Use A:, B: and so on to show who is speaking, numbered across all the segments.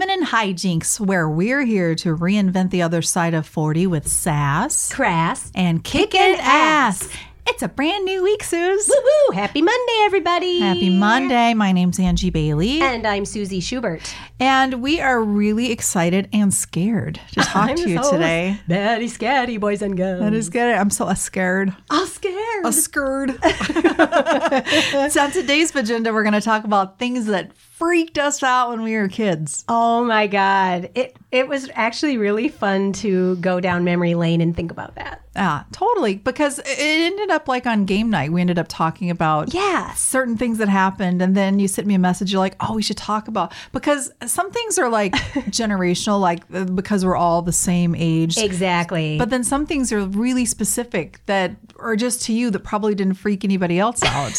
A: hijinks where we're here to reinvent the other side of 40 with sass
B: Crass.
A: and kicking ass. It's a brand new week, Suze.
B: Woo! Happy Monday, everybody.
A: Happy Monday. My name's Angie Bailey,
B: And I'm Susie Schubert.
A: and we are really excited and scared to talk
B: I'm
A: to you
B: so
A: today.
B: Very scary, boys and girls.
A: That is good. I'm so scared.
B: I'm scared.
A: scared. so on today's agenda, we're going to talk about things that freaked us out when we were kids.
B: Oh my God. It, it was actually really fun to go down memory lane and think about that.
A: Ah, totally. Because it ended up like on game night, we ended up talking about
B: Yeah.
A: certain things that happened and then you sent me a message you're like oh we should talk about because some things are like generational like uh, because we're all the same age
B: Exactly.
A: but then some things are really specific that are just to you that probably didn't freak anybody else out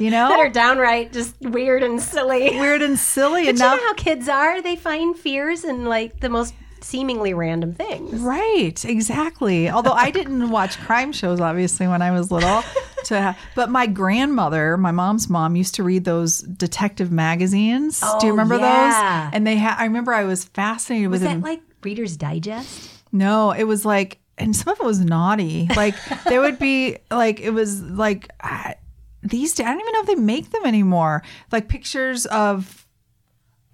A: you know
B: that are downright just weird and silly.
A: weird and silly and
B: You know
A: now
B: how kids are? They find fears in like the most seemingly random things.
A: Right, exactly. Although I didn't watch crime shows, obviously, when I was little. To ha- but my grandmother, my mom's mom, used to read those detective magazines. Do
B: Oh,
A: you remember
B: yeah.
A: those? And they had. I remember I was fascinated
B: Was
A: with
B: that
A: them.
B: like Reader's Digest?
A: no, it was like, and some of it was naughty. Like there would be like it was like I, these days. I don't even know if they make them anymore. Like pictures of.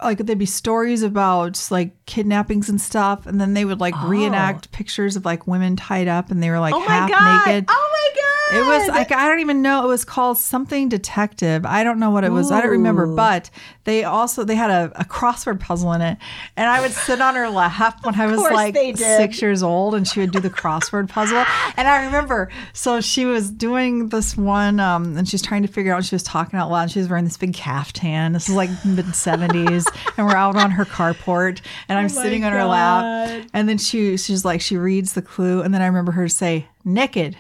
A: Like there'd be stories about like kidnappings and stuff, and then they would like reenact pictures of like women tied up, and they were like half naked.
B: Oh my
A: It was uh, like I don't even know. It was called something detective. I don't know what it was. I don't remember. But they also they had a, a crossword puzzle in it, and I would sit on her lap when I was
B: course
A: like
B: they did.
A: six years old, and she would do the crossword puzzle. And I remember, so she was doing this one, um, and she's trying to figure out. She was talking out loud. And she was wearing this big caftan. This is like mid seventies, and we're out on her carport, and
B: Oh
A: I'm sitting on her lap, and then she she's like she reads the clue, and then I remember her say naked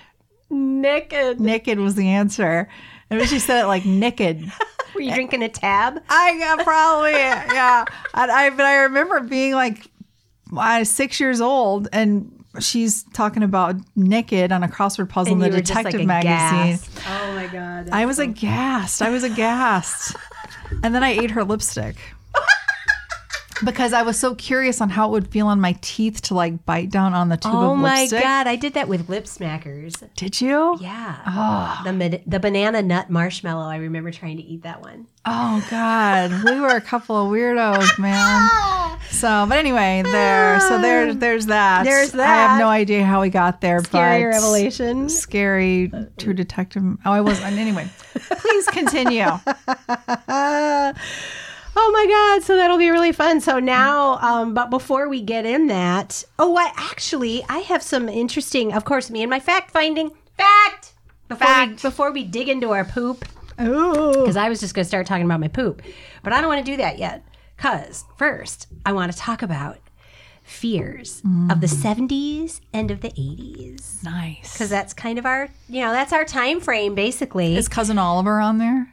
B: naked.
A: naked was the answer. And she said it like naked.
B: Were
A: eh.
B: you drinking a tab?
A: I got probably yeah. And I but I remember being like I was six years old and she's talking about naked on a crossword puzzle in the detective magazine.
B: Oh my god.
A: I was aghast. I was aghast. and then I ate her lipstick. Because I was so curious on how it would feel on my teeth to like bite down on the tube
B: oh
A: of
B: my
A: lipstick.
B: god, I did that with lip smackers.
A: Did you?
B: Yeah.
A: Ah.
B: The mid- the banana nut marshmallow. I remember trying to eat that one.
A: Oh God, we were a couple of weirdos, man. So, but anyway, there. So there, there's that.
B: There's
A: I have
B: that.
A: no idea how we got there, but
B: revelation.
A: scary. True detective. Oh, I was. and Anyway, please continue.
B: Oh my God. So that'll be really fun. So now, um, but before we get in that, oh, I actually, I have some interesting, of course, me and my fact finding. Fact! Before,
A: Fact.
B: We, before we dig into our poop,
A: Ooh.
B: because I was just going to start talking about my poop, but I don't want to do that yet. Because first, I want to talk about fears of the 70s and of the 80s.
A: Nice.
B: Because that's kind of our, you know, that's our time frame basically.
A: Is cousin Oliver on there?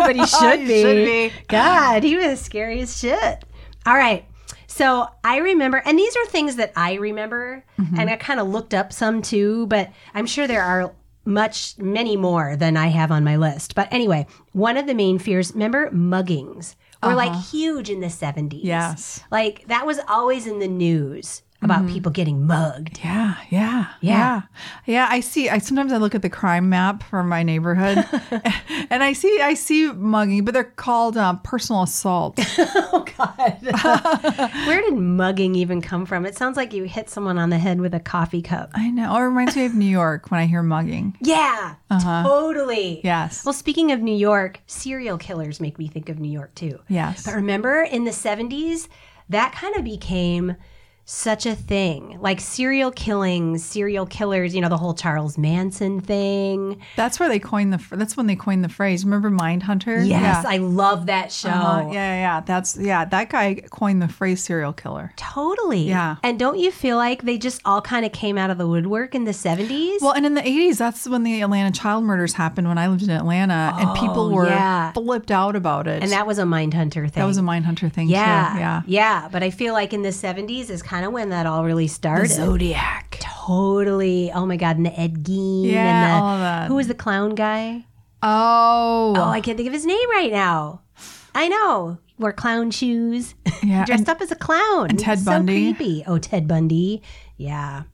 B: but he should
A: Oh, He
B: be.
A: should be.
B: God, he was scary as shit. All right. So I remember, and these are things that I remember,
A: Mm-hmm.
B: and I kind of looked up some too, but I'm sure there are much, many more than I have on my list. But anyway, one of the main fears, remember muggings were like huge in the 70s.
A: Uh-huh. Yes. Mm-hmm.
B: Like that was always in the news about people getting mugged.
A: Yeah, yeah,
B: Yeah.
A: yeah, yeah. I see. I sometimes I look at the crime map for my neighborhood, and I see I see mugging, but they're called um, personal assault.
B: Oh, God. Where did mugging even come from? It sounds like you hit someone on the head with a coffee cup.
A: I know. Oh, it reminds me of New York when I hear mugging.
B: Yeah, totally.
A: Uh-huh. Yes.
B: Well, speaking of New York, serial killers make me think of New York too.
A: Yes.
B: But remember in the 70s, that kind of became such a thing. Like serial killings, serial killers, you know, the whole Charles Manson thing.
A: That's where they coined the. fr- That's when they coined the phrase. Remember Mindhunter? Yeah.
B: Yes, I love that show.
A: Uh, yeah, yeah, yeah. That's yeah. That guy coined the phrase serial killer.
B: Totally.
A: Yeah.
B: And don't you feel like they just all kind of came out of the woodwork in the 70s?
A: Well, and in the '80s, that's when the Atlanta child murders happened. When I lived in Atlanta, and people
B: Oh,
A: were
B: yeah.
A: flipped out about it.
B: and that was a Mindhunter thing.
A: that was a Mindhunter thing.
B: yeah,
A: too. yeah.
B: yeah. But I feel like in the '70s is kind of when that all really started.
A: Zodiac.
B: Totally. Oh my God. And the Ed Gein.
A: Yeah,
B: And the,
A: all of that.
B: Who was the clown guy?
A: Oh,
B: Oh, I can't think of his name right now. I know. wore clown shoes,
A: Yeah,
B: dressed
A: and-
B: up as a clown. And
A: Ted
B: so
A: Bundy.
B: creepy. Oh, Ted Bundy. Yeah.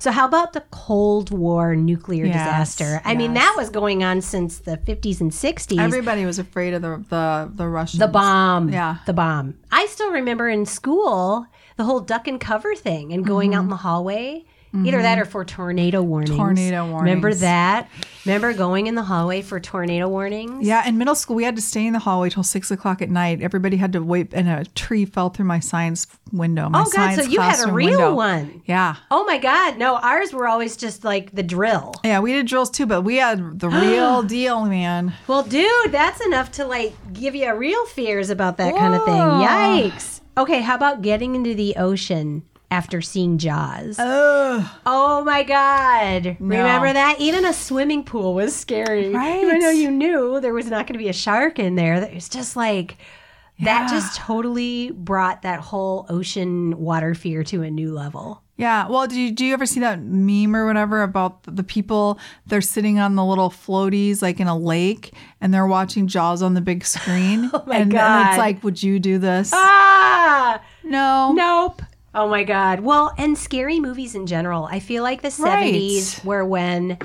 B: So how about the Cold War nuclear
A: Yes,
B: disaster? I mean,
A: yes.
B: that was going on since the 50s and 60s.
A: Everybody was afraid of the the the Russians.
B: The bomb.
A: Yeah.
B: The bomb. I still remember in school the whole duck and cover thing and going out in the hallway. Either that or for tornado warnings.
A: Mm-hmm. Tornado
B: Remember
A: warnings.
B: that? Remember going in the hallway for tornado warnings?
A: Yeah, in middle school, we had to stay in the hallway till six o'clock at night. Everybody had to wait, and a tree fell through my science window. My
B: Oh, God. So
A: science
B: you had a
A: classroom
B: real
A: window.
B: one.
A: Yeah.
B: Oh, my God. No, ours were always just like the drill.
A: Yeah, we did drills too, but we had the real deal, man.
B: Well, dude, that's enough to like give you real fears about that kind of thing. Yikes. Okay, how about getting into the ocean after seeing Jaws?
A: Ugh.
B: Oh my God. Remember that? Even a swimming pool was scary.
A: Right.
B: Even though you knew there was not going to be a shark in there, that was just like, that just totally brought that whole ocean water fear to a new level.
A: Yeah. Well, do you, do you ever see that meme or whatever about the people? They're sitting on the little floaties, like in a lake, and they're watching Jaws on the big screen. oh
B: my
A: and, And
B: God.
A: it's like, would you do this?
B: Ah!
A: no.
B: Nope. Oh my God. Well, and scary movies in general. I feel like the 70s were when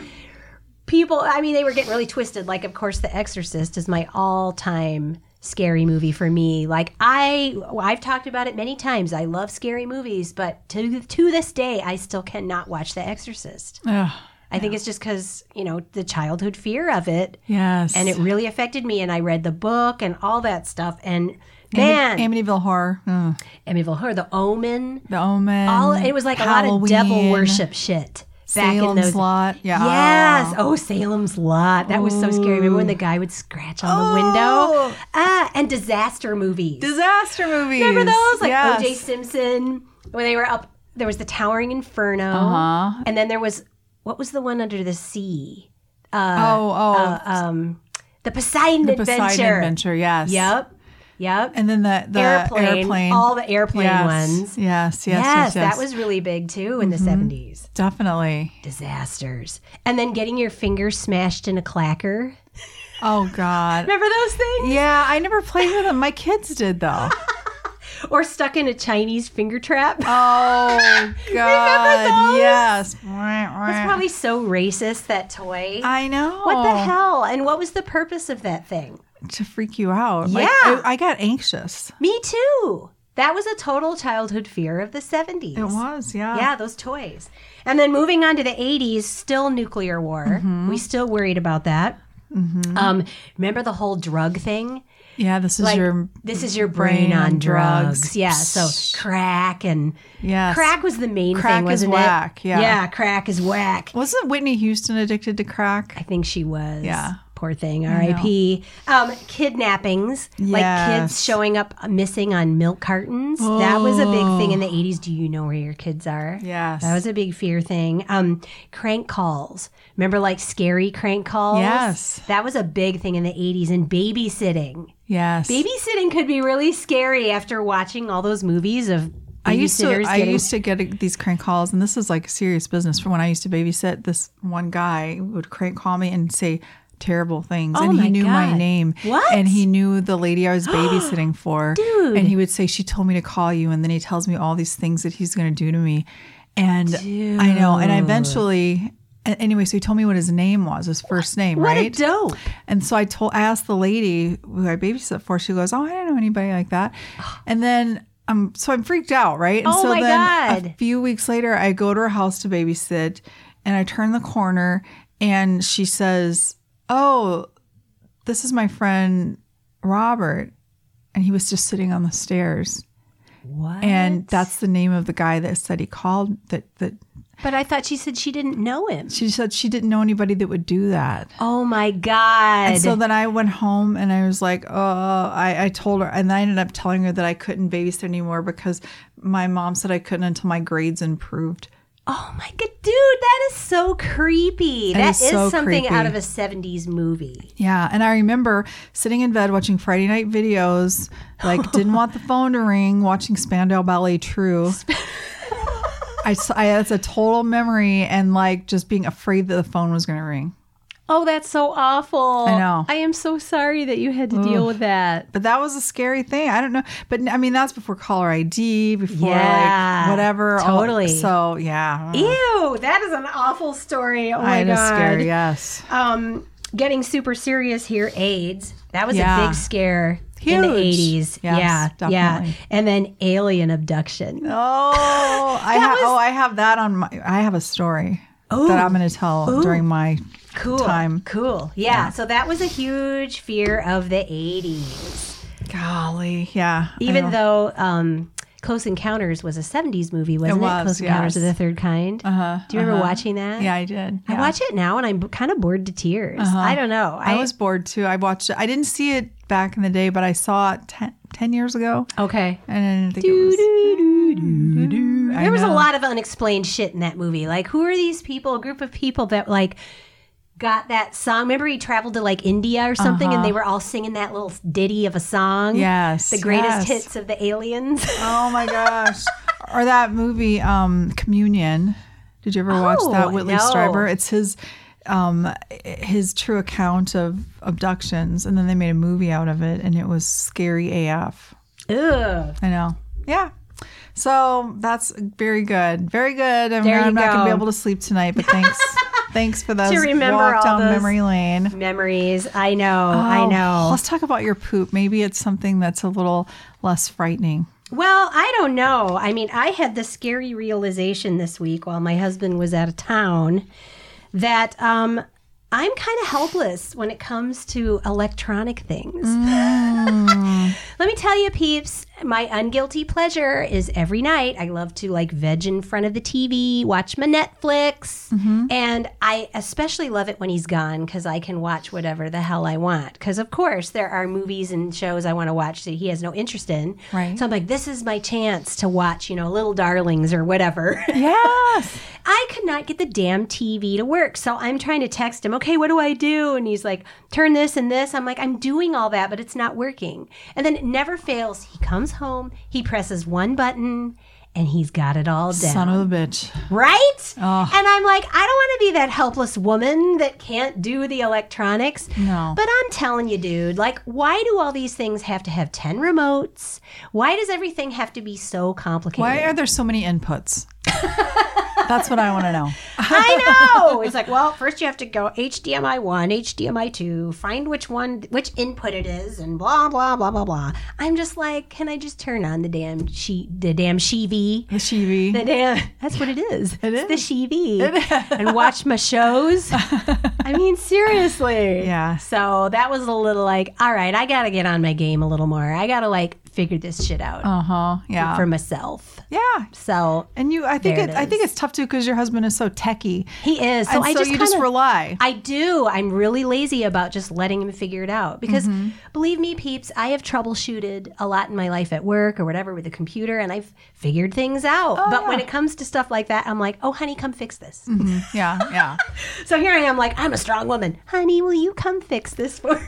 B: people, I mean, they were getting really twisted. Like, of course, The Exorcist is my all time scary movie for me. Like, I, I've talked about it many times. I love scary movies, but to, to this day, I still cannot watch The Exorcist.
A: Ugh.
B: I think it's just because, you know, the childhood fear of it.
A: Yes.
B: And it really affected me. And I read the book and all that stuff. And man,
A: Amy- Amityville Horror, Ugh.
B: Amityville Horror, The Omen.
A: The Omen.
B: all it was like a lot of devil
A: Mm-hmm. Halloween,
B: worship shit back
A: Salem's
B: in those
A: Lot. Yeah.
B: Yes. Oh, Salem's Lot. That was so scary. Remember when the guy would scratch on the window? Ah, and disaster movies.
A: Oh. Disaster movies.
B: Remember those? Like
A: yes.
B: O.J. Simpson when they were up. There was the Towering Inferno,
A: Uh-huh.
B: and then there was what was the one under the sea? uh,
A: Oh, oh.
B: Um, the Poseidon
A: the
B: Adventure.
A: Poseidon Adventure. Yes.
B: Yep. Yep.
A: And then the, the airplane.
B: All the airplane
A: yes. Yes, yes,
B: ones.
A: yes,
B: Yes,
A: yes. Mm-hmm.
B: that was really big too in the 70s.
A: definitely.
B: Disasters. And then getting your finger smashed in a clacker.
A: Oh God.
B: Remember those things?
A: Yeah, I never played with them. My kids did though.
B: Or stuck in a Chinese finger trap.
A: Oh God. Yes. That's
B: It's probably so racist, that toy.
A: I know.
B: what the hell? And what was the purpose of that thing?
A: To freak you out. Like, I,
B: Yeah.
A: I got anxious.
B: Me too. That was a total childhood fear of the 70s.
A: It was, yeah.
B: Yeah, those toys. And then moving on to the 80s, still nuclear war.
A: Mm-hmm.
B: We still worried about that. Um, remember the whole drug thing?
A: Yeah, this is
B: Like,
A: your
B: this is your brain,
A: brain
B: on
A: on
B: drugs.
A: drugs.
B: Yeah, so crack and
A: yes.
B: crack was the main
A: Crack
B: thing,
A: is
B: wasn't
A: whack,
B: it?
A: yeah.
B: yeah, crack is whack.
A: Wasn't Whitney Houston addicted to crack?
B: I think she was.
A: Yeah.
B: Poor thing. R.I.P. Um, kidnappings, like
A: Yes.
B: kids showing up uh, missing on milk cartons. That was a big thing in the 80s. Do you know where your kids are?
A: Yes.
B: That was a big fear thing. Um, crank calls. Remember, like scary crank calls?
A: Yes.
B: That was a big thing in the 80s. And babysitting.
A: Yes.
B: Babysitting could be really scary after watching all those movies of babysitters
A: I used to I
B: getting.
A: used to get these crank calls, and this is like serious business. From when I used to babysit, this one guy would crank call me and say terrible things, and
B: Oh my
A: he knew my
B: God.
A: name.
B: What?
A: And he knew the lady I was babysitting for.
B: Dude.
A: And he would say, "She told me to call you," and then he tells me all these things that he's going to do to me, and I know. And I eventually. a- Anyway, so he told me what his name was, his first name,
B: what
A: right?
B: a dope.
A: And so I told, I asked the lady who I babysit for. She goes, "Oh, I don't know anybody like that." And then I'm so I'm freaked out, right? And
B: Oh
A: so
B: my
A: then
B: God.
A: a few weeks later, I go to her house to babysit, and I turn the corner, and she says, "Oh, this is my friend Robert," and he was just sitting on the stairs,
B: What?
A: and that's the name of the guy that said he called. That that
B: but I thought she said she didn't know him.
A: she said she didn't know anybody that would do that.
B: Oh my God.
A: And so then I went home and I was like, oh, I, I told her. And then I ended up telling her that I couldn't babysit anymore because my mom said I couldn't until my grades improved.
B: oh my God, dude, that is so creepy. That
A: is
B: is,
A: so
B: something out
A: creepy.
B: of a 70s movie.
A: Yeah. And I remember sitting in bed watching Friday night videos, like, didn't want the phone to ring, watching Spandau Ballet True. I, s- I- that's a total memory and like just being afraid that the phone was going to ring.
B: Oh, that's so awful.
A: I know.
B: I am so sorry that you had to deal with that.
A: But that was a scary thing. I don't know. But I mean, that's before caller ID, before
B: Yeah,
A: like whatever. all-
B: totally.
A: so yeah,
B: Ew, that is an awful story. Oh my
A: kind of
B: god.
A: scary. Yes,
B: Um, getting super serious here. AIDS. That was a
A: Yeah.
B: big scare in the
A: Huge.
B: eighties.
A: Yes,
B: yeah, yeah.
A: definitely.
B: And then alien abduction.
A: Oh, I have.
B: was- Oh.
A: Oh, I have that on my. I have a story
B: Ooh.
A: that I'm going to tell during my.
B: Cool.
A: time.
B: Cool. Yeah, So that was a huge fear of the eighties.
A: Golly, yeah. I
B: Even
A: know.
B: though um, Close Encounters was a seventies movie, wasn't it?
A: was,
B: Close
A: yes.
B: Encounters of the Third Kind.
A: Uh-huh,
B: Do you remember
A: uh-huh.
B: watching that?
A: Yeah, I did.
B: I
A: yeah. Uh-huh.
B: watch it now and I'm kind of bored to tears. I don't know.
A: I was bored too. I watched it. I didn't see it back in the day, but I saw it ten, 10 years ago,
B: okay.
A: and I think it was. Mm-hmm. I
B: There was a
A: know.
B: lot of unexplained shit in that movie. Like, who are these people? A group of people that like got that song. Remember, he traveled to like India or something, and they were all singing that little ditty of a song.
A: Uh-huh. Yes,
B: the
A: yes.
B: greatest hits of the aliens.
A: Oh my gosh! or that movie, um, Communion. Did you ever watch
B: Oh,
A: that? Whitley
B: no.
A: Strieber. It's his, um, his true account of abductions, and then they made a movie out of it, and it was scary AF.
B: Ugh.
A: I know. Yeah. So that's very good. Very good. I'm,
B: There you
A: I'm not going to
B: go.
A: be able to sleep tonight, but thanks. thanks for those
B: remember
A: walk
B: all
A: down
B: those-
A: memory lane.
B: Memories. I know. I
A: Oh,
B: know.
A: Let's talk about your poop. Maybe it's something that's a little less frightening.
B: Well, I don't know. I mean, I had the scary realization this week while my husband was out of town that um, I'm kind of helpless when it comes to electronic things. Let me tell you, peeps, my unguilty pleasure is every night I love to like veg in front of the TV, watch my Netflix. And I especially love it when he's gone because I can watch whatever the hell I want. Because, of course, there are movies and shows I want to watch that he has no interest in.
A: Right.
B: So I'm like, this is my chance to watch, you know, Little Darlings or whatever.
A: Yes.
B: I could not get the damn TV to work. So I'm trying to text him, okay, what do I do? And he's like, turn this and this. I'm like, I'm doing all that, but it's not working. And then it never fails. He comes home, he presses one button, and he's got it all down.
A: Son of a bitch.
B: right?
A: Ugh.
B: And I'm like, I don't want to be that helpless woman that can't do the electronics.
A: No.
B: But I'm telling you, dude, like, why do all these things have to have 10 remotes? Why does everything have to be so complicated?
A: Why are there so many inputs? That's what I want to know.
B: I know. It's like, well, first you have to go HDMI one, HDMI two, find which one, which input it is, and blah blah blah blah blah. I'm just like, can I just turn on the damn she, the damn Shivi,
A: The Shivi.
B: the damn? That's what it is. It
A: is.
B: it's the Shivi, and watch my shows. I mean, seriously.
A: Yeah.
B: So that was a little like, all right, I gotta get on my game a little more. I gotta like figure this shit out
A: Uh huh. Yeah.
B: for myself.
A: yeah.
B: So
A: And you, I think
B: There it
A: it, I think it's tough too because your husband is so techie.
B: he is. So
A: and
B: I
A: so
B: just
A: you just
B: kinda-
A: rely.
B: I do. I'm really lazy about just letting him figure it out because
A: Mm-hmm.
B: believe me, peeps, I have troubleshooted a lot in my life at work or whatever with the computer and I've figured things out.
A: Oh,
B: but when it comes to stuff like that, I'm like, oh, honey, come fix this.
A: Mm-hmm. yeah. Yeah.
B: So here I am, like, I'm a strong woman. Honey, will you come fix this for me?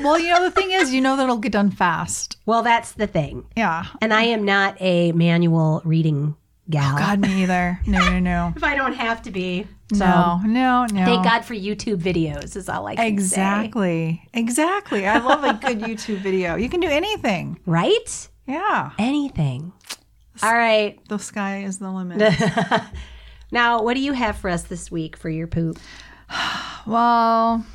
A: Well, you know the thing is, you know that it'll get done fast.
B: well, that's the thing.
A: Yeah.
B: And I am not a manual reading gal.
A: Oh, God, me either. No, no, no.
B: If I don't have to be. So
A: No, no, no.
B: thank God for YouTube videos, is all I can say.
A: Exactly. Exactly. I love a good YouTube video. You can do anything.
B: Right?
A: Yeah.
B: Anything. All right.
A: The sky is the limit.
B: Now, what do you have for us this week for your poop?
A: well,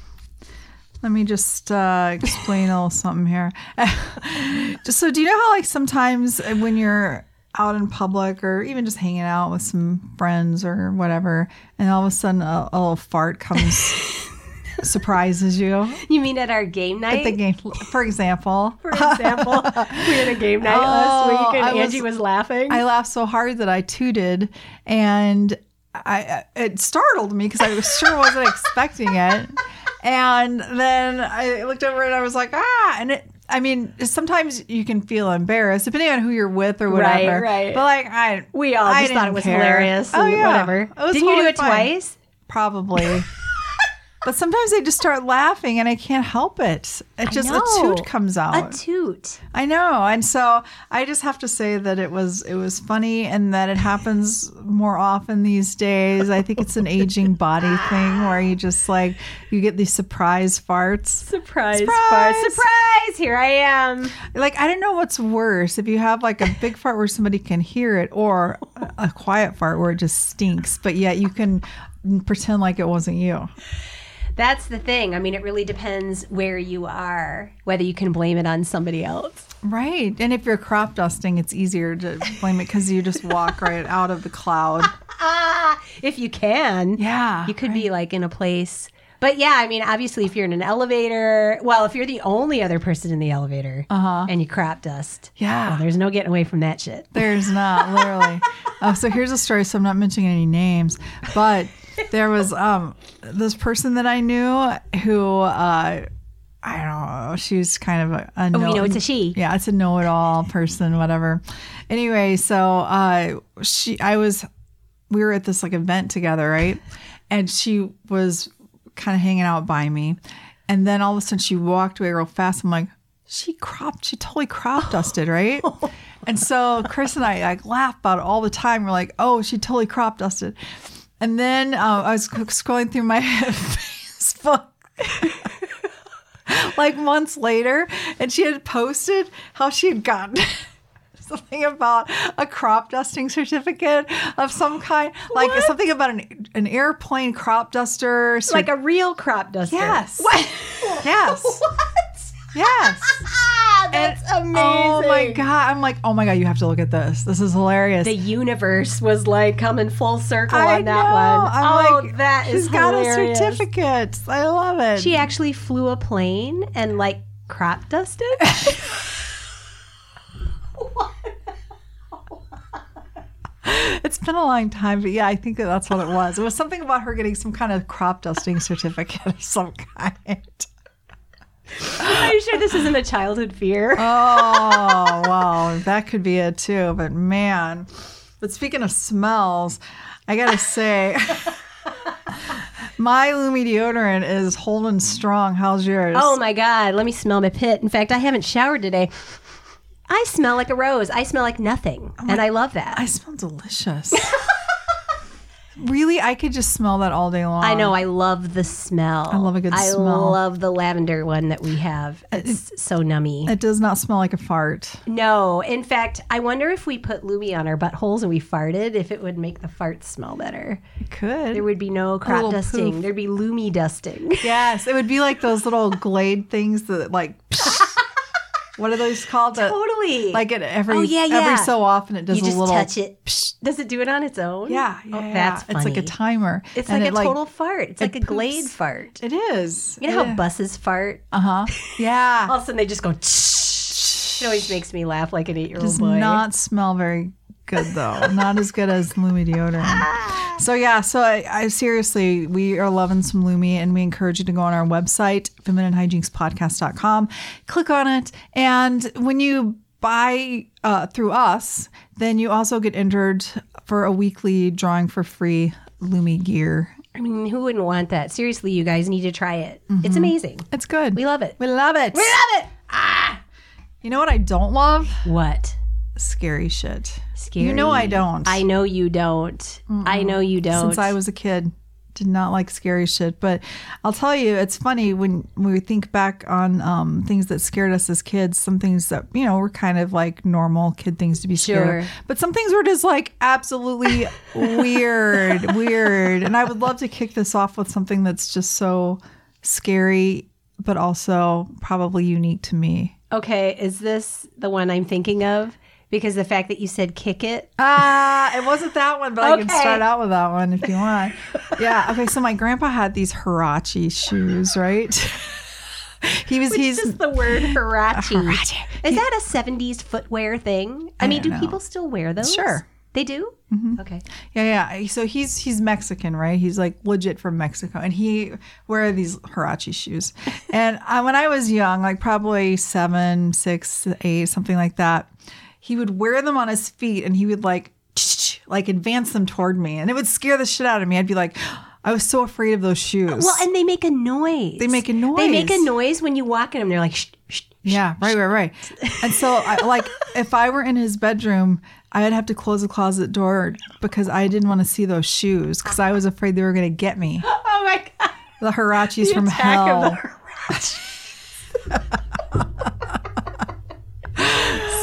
A: let me just uh, explain a little something here. just so, do you know how, like, sometimes when you're out in public or even just hanging out with some friends or whatever, and all of a sudden a, a little fart comes, surprises you?
B: You mean at our game night?
A: The game, for example.
B: for example, we had a game night
A: Oh, I was-
B: was laughing.
A: I laughed so hard that I tooted, and I I- it startled me because I was sure wasn't expecting it. And then I looked over and I was like, ah, and it. I mean, sometimes you can feel embarrassed depending on who you're with or
B: Right,
A: whatever.
B: right.
A: But like, I
B: we all
A: I
B: just thought
A: didn't
B: it was
A: care.
B: hilarious.
A: Oh
B: and
A: yeah,
B: whatever.
A: It was
B: Didn't you do
A: totally
B: it
A: fine.
B: twice?
A: Probably. But sometimes I just start laughing and I can't help it. It just a
B: know.
A: toot comes out.
B: A toot.
A: I know. And so I just have to say that it was it was funny and that it happens more often these days. I think it's an aging body thing where you just like you get these surprise farts.
B: Surprise,
A: Surprise.
B: surprise, surprise. Here I am.
A: Like I don't know what's worse if you have like a big fart where somebody can hear it or a quiet fart where it just stinks, but yet you can pretend like it wasn't you.
B: That's the thing. I mean, it really depends where you are, whether you can blame it on somebody else.
A: Right. And if you're crop dusting, it's easier to blame it cuz you just walk right out of the cloud.
B: Ah, if you can.
A: Yeah.
B: You could be like in a place. But yeah, I mean, obviously, if you're in an elevator, well, if you're the only other person in the elevator
A: Uh-huh.
B: and you crop dust,
A: Yeah.
B: well, there's no getting away from that shit.
A: There's not literally. oh, so here's a story. So I'm not mentioning any names, but there was um this person that I knew who uh I don't know. She's kind of a, a
B: Oh, we
A: know,
B: know it's a she.
A: Yeah, it's a know-it-all person, whatever. Anyway, so uh she I was we were at this like event together, right? And she was kind of hanging out by me. And then all of a sudden she walked away real fast. I'm like, she cropped, she totally crop dusted, right? and so Chris and I like laugh about it all the time. We're like, oh, she totally crop dusted. And then uh, I was scrolling through my Facebook like months later, and she had posted how she had gotten something about a crop dusting certificate of some kind, like something about an an airplane crop duster. cer-
B: Like a real crop duster.
A: Yes.
B: What?
A: yes,
B: what?
A: yes.
B: Ah, that's amazing.
A: Oh my god! I'm like, oh my god! You have to look at this. This is hilarious.
B: The universe was like coming full circle
A: I
B: on that
A: know.
B: one.
A: I'm
B: oh,
A: like,
B: that is
A: She's got
B: hilarious.
A: a certificate. I love it.
B: She actually flew a plane and like crop dusted.
A: it's been a long time, but yeah, I think that that's what it was. It was something about her getting some kind of crop dusting certificate of some kind.
B: Are you sure this isn't a childhood fear?
A: Oh, wow. That could be it too. But man, but speaking of smells, I got to say, my Lumi deodorant is holding strong. How's yours?
B: oh my god, let me smell my pit. In fact, I haven't showered today. I smell like a rose. I smell like nothing.
A: Oh
B: and I love that.
A: I smell delicious. really, I could just smell that all day long.
B: I know. I love the smell. I
A: love a good smell. Uh,
B: I love the lavender one that we have. It's so nummy.
A: It Uh, does not smell like a fart.
B: no, in fact, I wonder if we put Lumi on our buttholes and we farted, if it would make the farts smell better.
A: It could.
B: There would be no crop
A: little
B: dusting.
A: Oh, poof.
B: There'd be Lumi dusting.
A: Yes, it would be like those little glade things that like. what are those called? That,
B: totally.
A: Like it every
B: Oh, yeah,
A: every
B: yeah.
A: so often it does
B: you
A: a
B: just
A: little
B: touch it. Psh, Does it do it on its own?
A: Yeah,
B: Oh,
A: yeah,
B: that's
A: yeah. it's like a
B: funny.
A: timer.
B: It's
A: and
B: like
A: it,
B: a total fart. It's like a glade
A: poops.
B: fart.
A: It is.
B: You know how Oh, buses fart?
A: Uh huh. Yeah.
B: All of a sudden they just go. "Tsh." It always makes me laugh like an eight-year-old
A: Does
B: boy.
A: not smell very good though. not as good as Lumi deodorant. So yeah. So I, I seriously, we are loving some Lumi, and we encourage you to go on our website, femininehygienexpodcast.com, click on it, and when you buy uh, through us, then you also get entered for a weekly drawing for free Lumi gear.
B: I mean, who wouldn't want that? Seriously, you guys need to try it. It's amazing.
A: It's good.
B: We love it.
A: We love it.
B: love it.
A: You know what I don't love?
B: What?
A: Scary shit.
B: Scary.
A: You know I don't.
B: I know you don't. I know you don't.
A: Since I was a kid, did not like scary shit. But I'll tell you, it's funny when we think back on um, things that scared us as kids. Some things that you know were kind of like normal kid things to be scared, of.
B: Sure.
A: but some things were just like absolutely weird, weird. And I would love to kick this off with something that's just so scary, but also probably unique to me.
B: okay, is this the one I'm thinking of? Because the fact that you said kick it.
A: Ah, it wasn't that one, but I can
B: Okay.
A: start out with that one if you want. Yeah. Okay. So my grandpa had these Hirachi shoes, right? he was he's
B: Just the word Hirachi. Is that a 70s footwear thing? I, mean, do people still wear those?
A: Sure.
B: They do? Okay.
A: yeah yeah. So he's he's Mexican, right? He's like legit from Mexico, and he wear these Hirachi shoes. and I, when I was young, like probably seven, six, eight, something like that, he would wear them on his feet, and he would like like advance them toward me, and it would scare the shit out of me. I'd be like. I was so afraid of those shoes.
B: Well, and they make a noise.
A: They make a
B: They make a
A: noise.
B: noise when you walk in them. They're like, shh, shh.
A: yeah, right, right, right. And so, I, like, if I were in his bedroom, I'd have to close the closet door because I didn't want to see those shoes because I was afraid they were going to get me.
B: Oh my god.
A: The Hirachis from
B: Attack
A: hell.
B: of the Rats.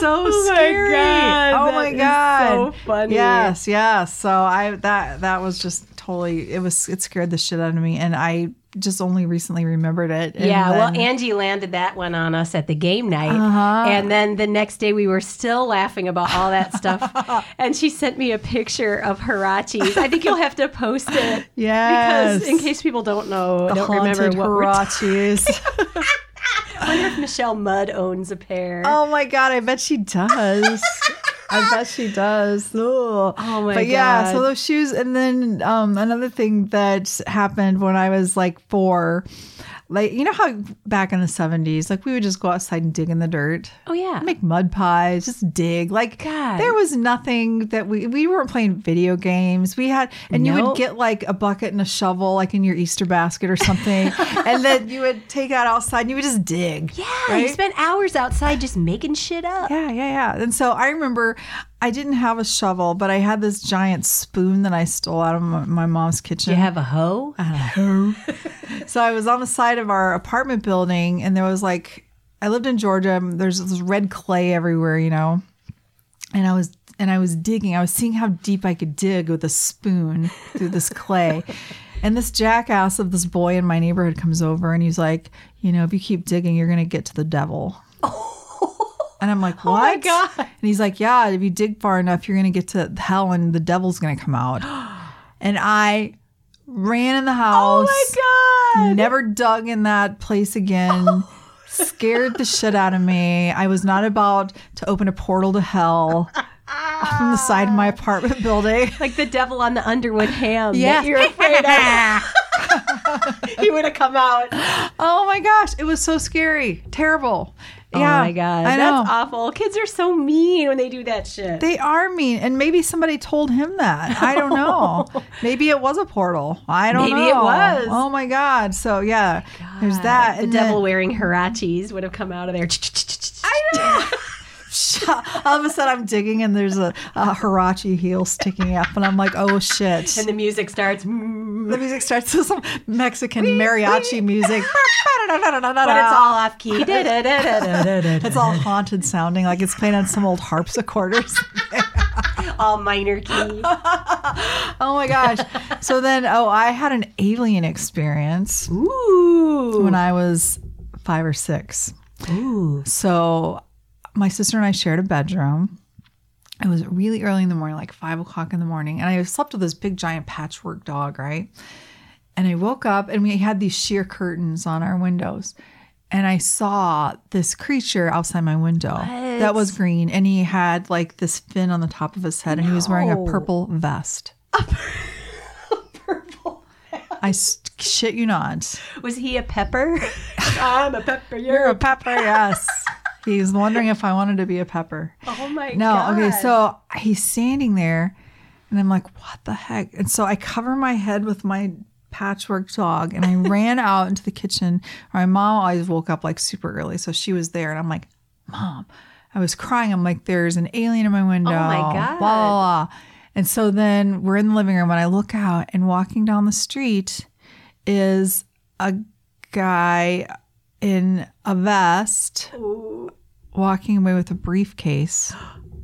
A: so
B: Oh my
A: scary.
B: God,
A: Oh
B: that
A: my
B: is
A: god.
B: so funny.
A: Yes, yes. So I that that was just totally it was it scared the shit out of me and I just only recently remembered it. And
B: Yeah,
A: then-
B: well, Angie landed that one on us at the game night.
A: Uh-huh.
B: And then the next day we were still laughing about all that stuff. and she sent me a picture of Hirachis. I think you'll have to post it.
A: yes.
B: Because in case people don't know,
A: The
B: don't remember
A: haunted
B: what we're talking
A: Hirachis.
B: about, Michelle Mudd owns a pair.
A: oh my god, I bet she does. I bet she does. Ugh.
B: Oh my
A: but yeah, so
B: God.
A: those shoes and then um another thing that happened when I was like 4 like you know how back in the 70s like we would just go outside and dig in the dirt
B: Oh, yeah.
A: make mud pies, just dig. Like
B: God.
A: there was nothing that we we weren't playing video games. We had and you would
B: Nope.
A: get like a bucket and a shovel like in your Easter basket or something. and then you would take that outside and you would just dig.
B: Yeah, you
A: right?
B: spent hours outside just making shit up.
A: Yeah, yeah, yeah. And so I remember I didn't have a shovel, but I had this giant spoon that I stole out of my, my mom's kitchen.
B: You have a hoe?
A: So I was on the side of our apartment building, and there was like, I lived in Georgia. and There's this red clay everywhere, you know, and I was and I was digging. I was seeing how deep I could dig with a spoon through this clay. And this jackass of this boy in my neighborhood comes over and he's like, you know, if you keep digging, you're gonna get to the devil. And I'm like, what?
B: Oh God.
A: And he's like, yeah, if you dig far enough, you're gonna get to hell and the devil's gonna come out. And I ran in the house
B: Oh my God.
A: never dug in that place again.
B: Oh.
A: Scared the shit out of me. I was not about to open a portal to hell from the side of my apartment building.
B: Like the devil on the Underwood ham.
A: Yeah.
B: Yeah. you're afraid of. he would have come out.
A: Oh my gosh, it was so scary, terrible. yeah,
B: oh my god,
A: I know
B: that's awful. Kids are so mean when they do that shit.
A: they are mean, and maybe somebody told him that. I don't know. maybe it was a portal. I don't know.
B: Maybe it was.
A: Oh my god. So yeah, there's that.
B: the
A: and
B: devil
A: then-
B: wearing hirachis would have come out of there.
A: all of a sudden, I'm digging, and there's a, a Hirachi heel sticking up, and I'm like, oh shit.
B: and the music starts. But
A: the music starts with some Mexican mariachi music. but
B: it's all off key. Da-da-da-da-da-da-da.
A: it's all haunted sounding, like it's playing on some old harpsichord or something.
B: all minor key.
A: Oh my gosh. So then, oh, I had an alien experience
B: Ooh.
A: when I was five or six.
B: Ooh.
A: So my sister and I shared a bedroom. It was really early in the morning, like five o'clock in the morning, and I slept with this big giant patchwork dog, right? And I woke up and we had these sheer curtains on our windows. And I saw this creature outside my window that was green. And he had like this fin on the top of his head and he was wearing a
B: No.
A: purple vest.
B: Purple.
A: I s- shit you not.
B: Was he a pepper? I'm a pepper.
A: You're
B: You're
A: a pepper, yes. He's wondering if I wanted to be a pepper.
B: Oh my
A: No,
B: god.
A: okay. So he's standing there, and I'm like, what the heck? And so I cover my head with my patchwork dog, and I ran out into the kitchen. My mom always woke up like super early, so she was there, and I'm like, mom, I was crying. I'm like, there's an alien in my window.
B: Oh my
A: Blah
B: God.
A: blah. blah. And so then we're in the living room, and I look out, and walking down the street is a guy in a vest walking away with a briefcase.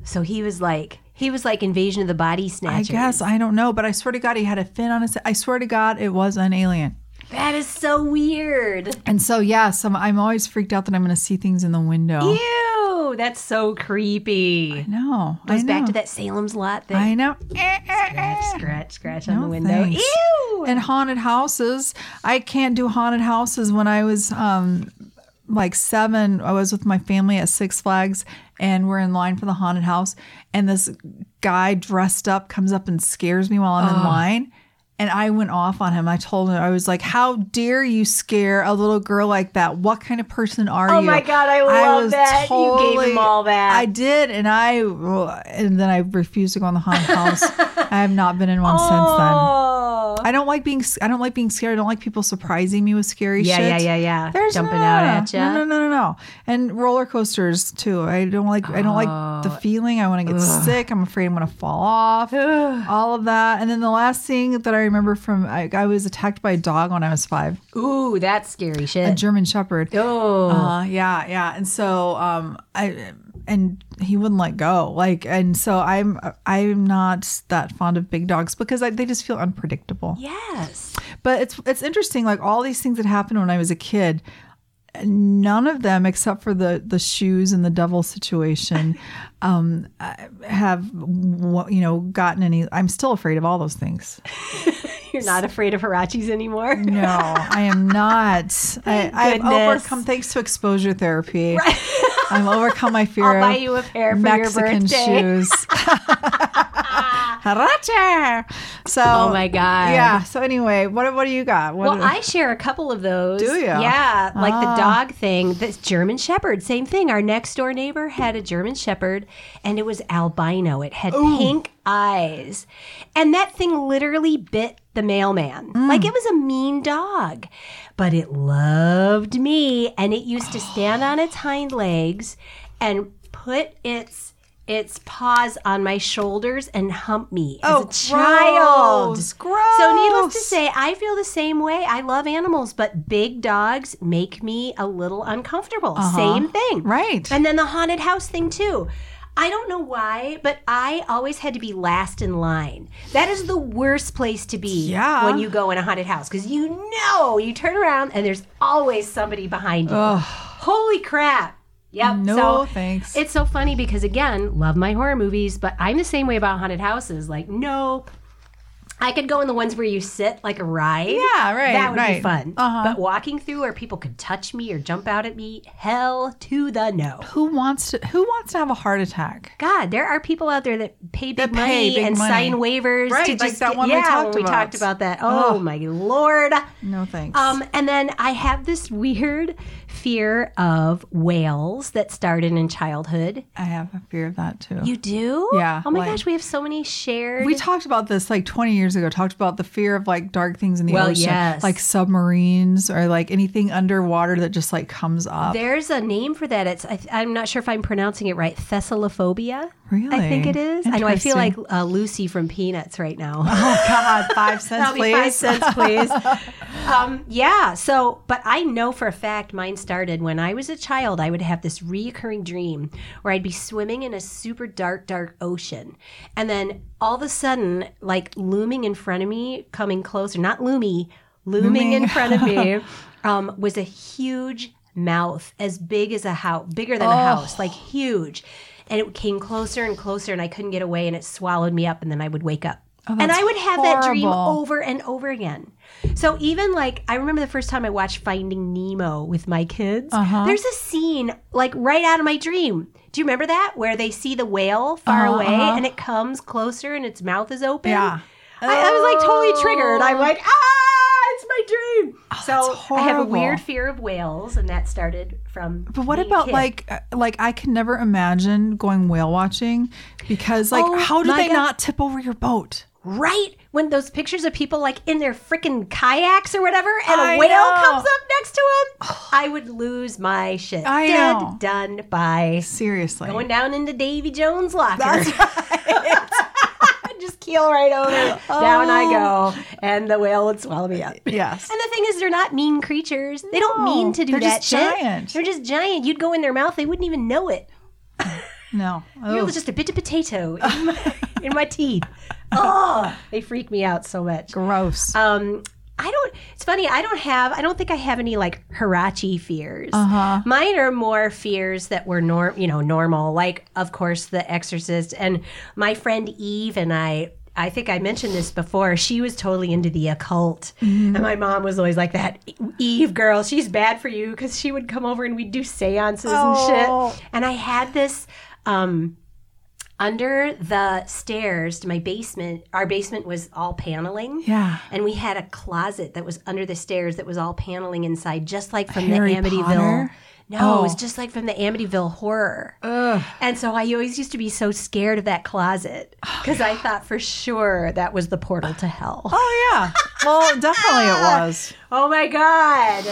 B: So he was like he was like invasion of the body
A: I
B: snatchers.
A: guess I don't know, but I swear to God, he had a fin on his. I swear to God, it was an alien.
B: That is so weird.
A: And so, yeah, some I'm always freaked out that I'm going to see things in the window.
B: Ew, that's so creepy.
A: No,
B: Goes
A: I know.
B: back to that Salem's Lot thing.
A: I know. Eh, eh, eh.
B: scratch, scratch, scratch on
A: No,
B: the window.
A: thanks.
B: Ew.
A: And haunted houses. I can't do haunted houses. When I was um, like seven, I was with my family at Six Flags, and we're in line for the haunted house. And this guy dressed up comes up and scares me while I'm in line. And I went off on him. I told him, I was like, How dare you scare a little girl like that? What kind of person are
B: Oh
A: you?
B: my God, I love that. You gave him all that.
A: I did. And I, and then I refused to go in the haunted house. I have not been in one since then.
B: Oh.
A: I don't like being s- I don't like being scared. I don't like people surprising me with scary
B: Yeah,
A: shit.
B: yeah, yeah, yeah.
A: There's
B: Jumping
A: no,
B: out
A: no,
B: at
A: no,
B: ya.
A: No, no, no, no. And roller coasters too. I don't like I don't like
B: Oh.
A: the feeling. I want to get sick. I'm afraid I'm going to fall off. all of that. And then the last thing that I remember from I, I was attacked by a dog when I was 5.
B: Ooh, that's scary
A: A
B: shit.
A: German shepherd.
B: Oh,
A: Uh, yeah, yeah. And so um I and he wouldn't let go. Like and so I'm I'm not that fond of big dogs because I, they just feel unpredictable.
B: yes.
A: But it's it's interesting like all these things that happened when I was a kid none of them except for the the shoes and the devil situation um I have w- you know gotten any I'm still afraid of all those things.
B: You're not afraid of hirachis anymore.
A: No, I am not. I, I've
B: goodness.
A: overcome thanks to exposure therapy. I've overcome my fear
B: I'll buy
A: of
B: you a pair for your
A: Mexican
B: birthday.
A: shoes. Haracha. So,
B: Oh my god.
A: yeah. So anyway, what what do you got? What
B: Well, I share a couple of those.
A: Do ya? Ah.
B: Yeah, like the dog thing. This German Shepherd, same thing. Our next door neighbor had a German Shepherd, and it was albino. It had pink eyes, and that thing literally bit the mailman.
A: Mm.
B: Like it was a mean dog, but it loved me, and it used to stand on its hind legs and put its its paws on my shoulders and hump me as a child.
A: Oh, gross, gross.
B: So needless to say, I feel the same way. I love animals, but big dogs make me a little uncomfortable. Same thing.
A: Uh-huh. right.
B: And then the haunted house thing too. I don't know why, but I always had to be last in line. That is the worst place to be
A: Yeah.
B: when you go in a haunted house because you know you turn around and there's always somebody behind you. Holy crap. Yep.
A: No,
B: so
A: thanks.
B: It's so funny because again, love my horror movies, but I'm the same way about haunted houses. Like, nope. I could go in the ones where you sit like a ride.
A: Yeah, right,
B: That would be
A: right.
B: fun.
A: Uh-huh.
B: But walking through where people could touch me or jump out at me, hell to the no.
A: who wants to who wants to have a heart attack?
B: God, there are people out there that pay big
A: That
B: money
A: pay big
B: and
A: money.
B: sign waivers
A: Right,
B: to
A: like
B: just
A: that
B: get-
A: one we
B: yeah,
A: talked
B: when we
A: about.
B: talked about that. Oh my lord.
A: No thanks.
B: Um, and then I have this weird fear of whales that started in childhood.
A: I have a fear of that too.
B: You do?
A: Yeah,
B: Oh my
A: like-
B: gosh, we have so many shared.
A: we talked about this like 20 years ago. Talked about the fear of like dark things in the
B: Well,
A: ocean,
B: yes.
A: like submarines or like anything underwater that just like comes up.
B: There's a name for that. It's I, I'm not sure if I'm pronouncing it right. Thessalophobia.
A: Really?
B: I think it is. I know. I feel like
A: Interesting.
B: uh, Lucy from Peanuts right now.
A: Oh God, five cents,
B: That'll be
A: please.
B: five cents, please. um, yeah. So, but I know for a fact mine started when I was a child. I would have this reoccurring dream where I'd be swimming in a super dark, dark ocean, and then all of a sudden, like looming in front of me, coming closer, not loomy, looming, in front of me, um, was a huge mouth as big as a house, bigger than a
A: Oh.
B: house, like huge. And it came closer and closer, and I couldn't get away, and it swallowed me up, and then I would wake up. and
A: Oh, that's
B: I would have that dream
A: horrible.
B: over and over again. So even like I remember the first time I watched Finding Nemo with my kids.
A: Uh-huh.
B: There's a scene like right out of my dream. Do you remember that where they see the whale far away and it comes closer and its mouth is open?
A: Uh-huh, Yeah. Oh.
B: I, I was like totally triggered. I'm like, ah, it's my dream. so I have a
A: horrible.
B: weird fear of whales, and that started from.
A: But what about like uh, like I can never imagine going whale watching because like
B: Oh,
A: how do
B: my
A: they
B: God.
A: not tip over your boat?
B: right when those pictures of people like in their freaking kayaks or whatever and a
A: I
B: whale
A: know.
B: comes up next to them i would lose my shit
A: I
B: dead
A: know.
B: done by
A: Seriously.
B: going down into davy jones locker just keel right over down i go and the whale would swallow me up
A: Oh. yes.
B: and the thing is, they're not mean creatures. They don't
A: No,
B: mean to do
A: they're
B: that
A: just
B: shit.
A: giant.
B: They're just giant. You'd go in their mouth, they wouldn't even know it.
A: No.
B: It
A: Oh,
B: was just a bit of potato in my, in my teeth. Oh, they freak me out so much.
A: gross.
B: Um, I don't. It's funny. I don't have. I don't think I have any like Hirachi fears.
A: Uh-huh.
B: Mine are more fears that were norm. You know, normal. Like of course The Exorcist and my friend Eve and I. I think I mentioned this before. She was totally into the occult,
A: Mm-hmm.
B: and my mom was always like that. Eve girl, she's bad for you because she would come over and we'd do seances
A: Oh.
B: and shit. And I had this. Um, under the stairs to my basement our basement was all paneling
A: Yeah.
B: and we had a closet that was under the stairs that was all paneling inside just like from
A: Harry
B: the amityville
A: Potter?
B: No,
A: Oh.
B: it was just like from the Amityville horror. And so I always used to be so scared of that closet because I thought for sure that was the portal to hell.
A: Oh yeah. Well, definitely it was.
B: Oh my God.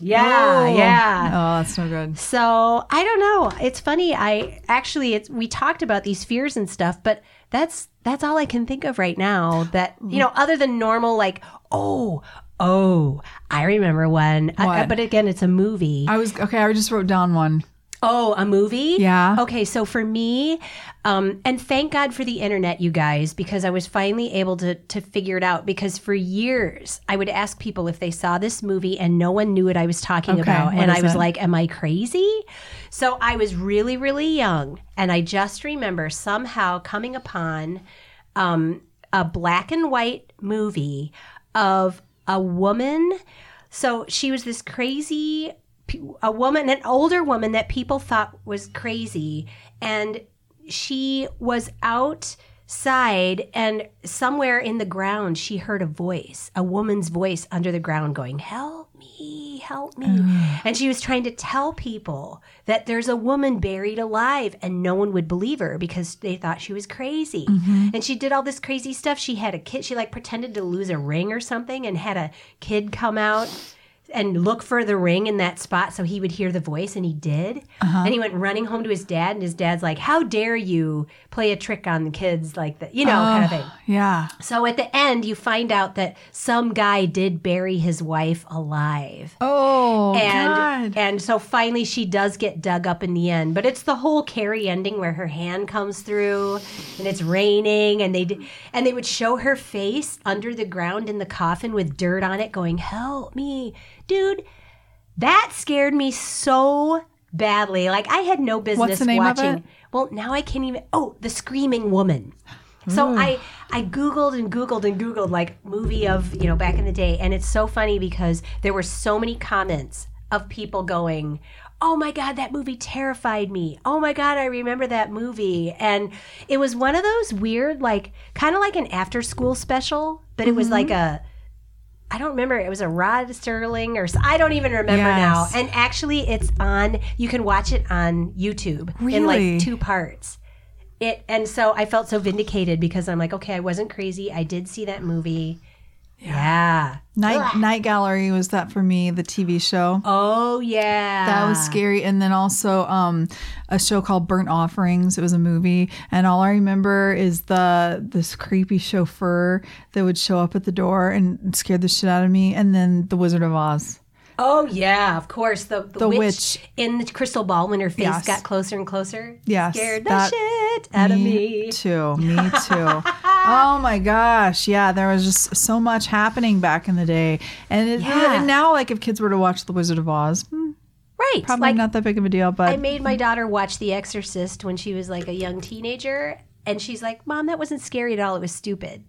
B: Yeah,
A: Oh.
B: yeah.
A: Oh, that's no good.
B: So I don't know. It's funny. I actually, it's we talked about these fears and stuff, but that's that's all I can think of right now. That you know, other than normal, like oh oh, I remember one. I-
A: What?
B: but again, it's a movie.
A: I was okay. I just wrote down one.
B: Oh, a movie?
A: Yeah.
B: Okay, so for me, um, and thank God for the internet, you guys, because I was finally able to to figure it out. Because for years, I would ask people if they saw this movie, and no one knew what I was talking
A: what
B: about, and
A: is
B: I was
A: it?
B: like, "Am I crazy?" So I was really, really young, and I just remember somehow coming upon um, a black and white movie of a woman. So she was this crazy, p- a woman, an older woman that people thought was crazy. And she was outside, and somewhere in the ground, she heard a voice, a woman's voice under the ground going, Help me, help me. and she was trying to tell people that there's a woman buried alive, and no one would believe her because they thought she was crazy. And she did all this crazy stuff. She had a kid, she like pretended to lose a ring or something and had a kid come out and look for the ring in that spot so he would hear the voice and he did and he went running home to his dad and his dad's like how dare you play a trick on the kids like that you know kind of thing
A: Yeah.
B: so at the end you find out that some guy did bury his wife alive
A: Oh
B: and
A: God.
B: and so finally she does get dug up in the end but it's the whole carrie ending where her hand comes through and it's raining and they d- and they would show her face under the ground in the coffin with dirt on it going help me dude that scared me so badly like i had no business
A: the name of
B: watching
A: it?
B: well now i can't even oh the screaming woman so I I googled and googled and googled like movie of you know back in the day, and it's so funny because there were so many comments of people going, "Oh my god, that movie terrified me." "Oh my god, I remember that movie." And it was one of those weird, like kind of like an after school special, but it was like a I don't remember. It was a Rod Sterling or s- I don't even remember
A: Yes.
B: now. And actually, it's on. You can watch it on YouTube in
A: Really?
B: like two parts. It and so I felt so vindicated because I'm like, okay, I wasn't crazy. I did see that movie. Yeah.
A: Night Night Gallery was that for me the TV show.
B: Oh yeah.
A: That was scary. And then also um, a show called Burnt Offerings. It was a movie, and all I remember is the this creepy chauffeur that would show up at the door and scared the shit out of me. And then The Wizard of Oz.
B: Oh yeah. Of course. The the,
A: The
B: witch,
A: witch.
B: in the crystal ball when her face
A: Yes.
B: got closer and closer.
A: Yes,
B: Scared the
A: that-
B: shit out of me.
A: too. Me too. oh my gosh, yeah. There was just so much happening back in the day, and, it, uh,
B: Yeah.
A: and now like if kids were to watch The Wizard of Oz, hmm,
B: Right.
A: probably
B: like,
A: not that big of a deal. But
B: I made my daughter watch The Exorcist when she was like a young teenager, and she's like, "Mom, that wasn't scary at all. It was stupid."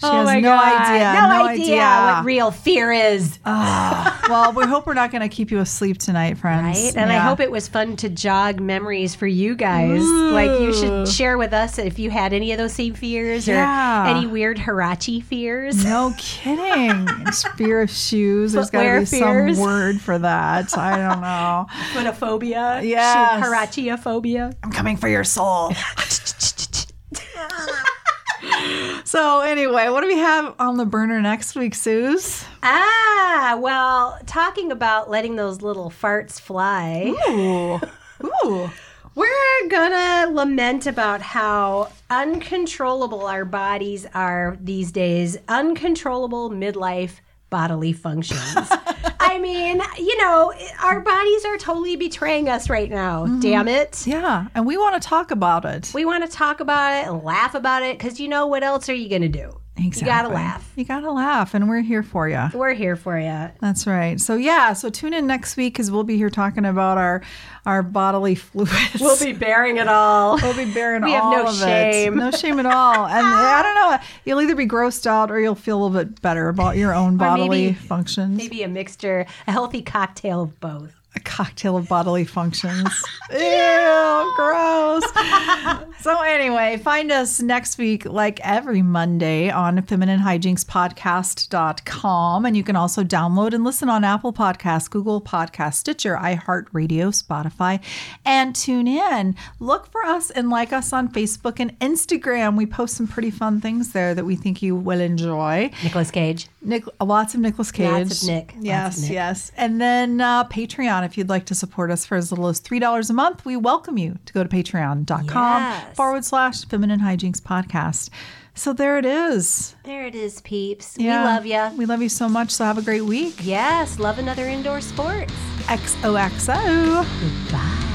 A: she has no idea.
B: Oh No, idea, what real fear is,
A: well, we hope we're not going to keep you asleep tonight, friends.
B: right? And I
A: Yeah.
B: hope it was fun to jog memories for you guys. Like you should share with us if you had any of those same fears
A: Yeah.
B: or any weird Hirachi fears.
A: No kidding. It's fear of shoes. There's got to
B: Footwear
A: be
B: fears.
A: some word for that. I don't know.
B: Photophobia,
A: Yes.
B: Hirachiophobia.
A: I'm coming for your soul. So anyway, what do we have on the burner next week, Suze?
B: Ah, well, talking about letting those little farts fly.
A: Ooh. Ooh.
B: We're gonna lament about how uncontrollable our bodies are these days, uncontrollable midlife bodily functions. I mean, you know, our bodies are totally betraying us right now. Damn it.
A: Yeah, and we want to talk about it.
B: We want to talk about it and laugh about it because you know what else are you gonna do?
A: Exactly.
B: You gotta laugh.
A: You gotta laugh, and we're here for you.
B: We're here for you.
A: That's right. So yeah, so tune in next week because we'll be here talking about our our bodily fluids.
B: We'll be bearing it all.
A: We'll be bearing
B: We have
A: all
B: no
A: of
B: shame.
A: it. No shame at all. And I don't know. You'll either be grossed out or you'll feel a little bit better about your own bodily
B: maybe-
A: functions.
B: Maybe a mixture, a healthy cocktail of both.
A: a cocktail of bodily functions. Ew, gross. so anyway, find us next week, like every Monday, on femininehijinxpodcast.com. And you can also download and listen on Apple Podcasts, Google Podcasts, Stitcher, iHeartRadio, Spotify, and tune in. Look for us and like us on Facebook and Instagram. We post some pretty fun things there that we think you will enjoy.
B: Nicholas Cage.
A: Nick, lots of Nicolas Cage.
B: Lots of Nick. Lots
A: Yes,
B: of Nick.
A: yes. And then uh, Patreon, if you'd like to support us for as little as $3 a month, we welcome you to go to patreon.com
B: Yes.
A: forward slash feminine hijinks podcast. So there it is.
B: There it is, peeps.
A: Yeah.
B: We love you.
A: We love you so much. So have a great week.
B: Yes, love another indoor sports.
A: XOXO.
B: Bye.